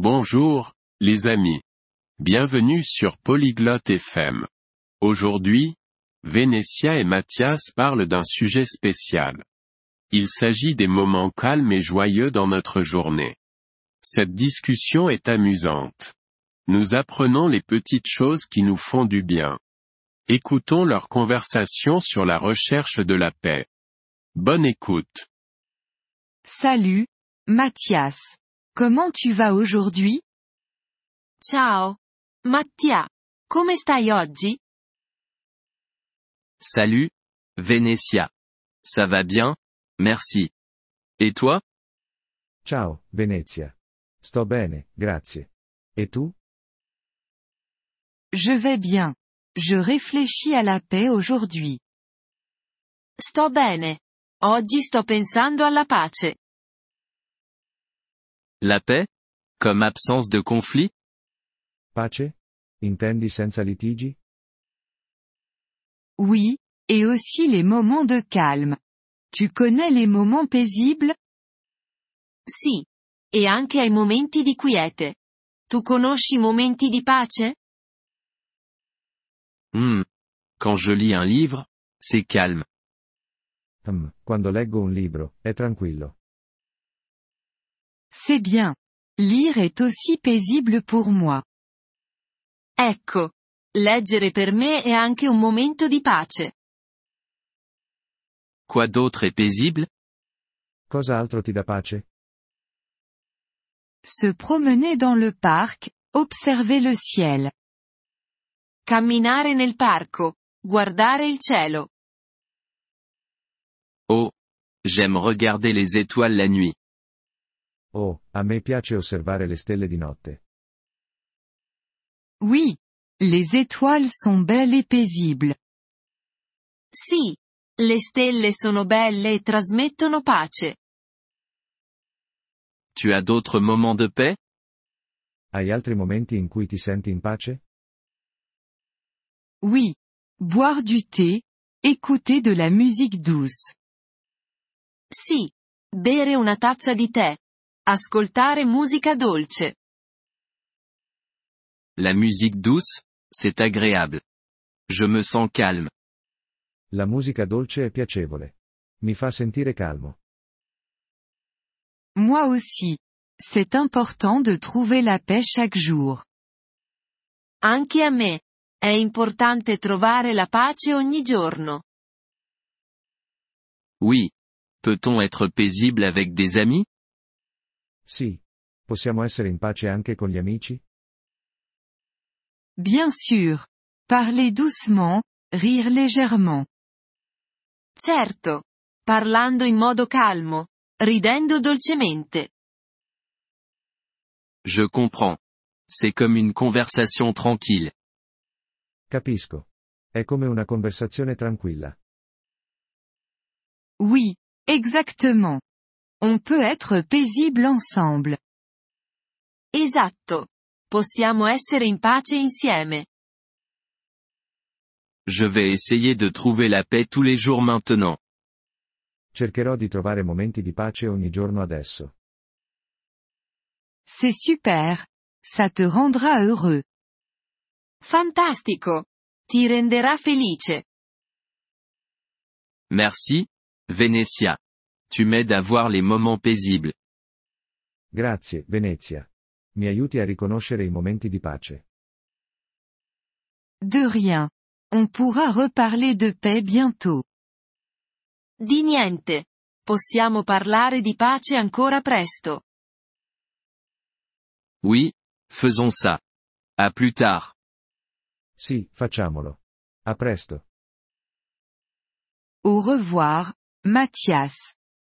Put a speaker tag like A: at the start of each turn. A: Bonjour, les amis. Bienvenue sur Polyglotte FM. Aujourd'hui, Vénétia et Mathias parlent d'un sujet spécial. Il s'agit des moments calmes et joyeux dans notre journée. Cette discussion est amusante. Nous apprenons les petites choses qui nous font du bien. Écoutons leur conversation sur la recherche de la paix. Bonne écoute.
B: Salut, Mathias. Comment tu vas aujourd'hui?
C: Ciao. Mattia. Come stai oggi?
D: Salut, Vénétia. Ça va bien? Merci. Et toi?
E: Ciao, Venezia. Sto bene, grazie. Et tu?
B: Je vais bien. Je réfléchis à la paix aujourd'hui.
C: Sto bene. Oggi sto pensando alla pace.
D: La paix? Comme absence de conflit?
E: Pace? Intendi senza litigi?
B: Oui, et aussi les moments de calme. Tu connais les moments paisibles?
C: Sì. E anche ai momenti di quiete. Tu conosci i momenti di pace?
D: Hmm. Quand je lis un livre, c'est calme.
E: Hmm, quando leggo un libro, è tranquillo.
B: C'est bien. Lire est aussi paisible pour moi.
C: Ecco. Leggere per me è anche un momento di pace.
D: Quoi d'autre est paisible?
E: Cos'altro ti dà pace?
B: Se promener dans le parc, observer le ciel.
C: Camminare nel parco. Guardare il cielo.
D: Oh. J'aime regarder les étoiles la nuit.
E: Oh, a me piace osservare le stelle di notte.
B: Oui. Les étoiles sont belles et paisibles.
C: Sì. Le stelle sono belle e trasmettono pace.
D: Tu as d'autres moments de paix?
E: Hai altri momenti in cui ti senti in pace?
B: Oui. Boire du thé, écouter de la musique douce.
C: Sì. Bere una tazza di tè. Ascoltare musica dolce.
D: La musique douce? C'est agréable. Je me sens calme.
E: La musica dolce è piacevole. Mi fa sentire calmo.
B: Moi aussi. C'est important de trouver la paix chaque jour.
C: Anche a me. È importante trovare la pace ogni giorno.
D: Oui. Peut-on être paisible avec des amis?
E: Sì. Possiamo essere in pace anche con gli amici?
B: Bien sûr. Parler doucement, rire légèrement.
C: Certo. Parlando in modo calmo. Ridendo dolcemente.
D: Je comprends. C'est comme une conversation tranquille.
E: Capisco. È come una conversazione tranquilla.
B: Oui, exactement. On peut être paisible ensemble.
C: Esatto. Possiamo essere in pace insieme.
D: Je vais essayer de trouver la paix tous les jours maintenant.
E: Cercherò di trovare momenti di pace ogni giorno adesso.
B: C'est super. Ça te rendra heureux.
C: Fantastico. Ti renderà felice.
D: Merci, Vénétia. Tu m'aides à voir les moments paisibles.
E: Grazie, Venezia. Mi aiuti a riconoscere i momenti di pace.
B: De rien. On pourra reparler de paix bientôt.
C: Di niente. Possiamo parlare di pace ancora presto.
D: Oui, faisons ça. À plus tard.
E: Sì, facciamolo. A presto.
B: Au revoir, Mathias.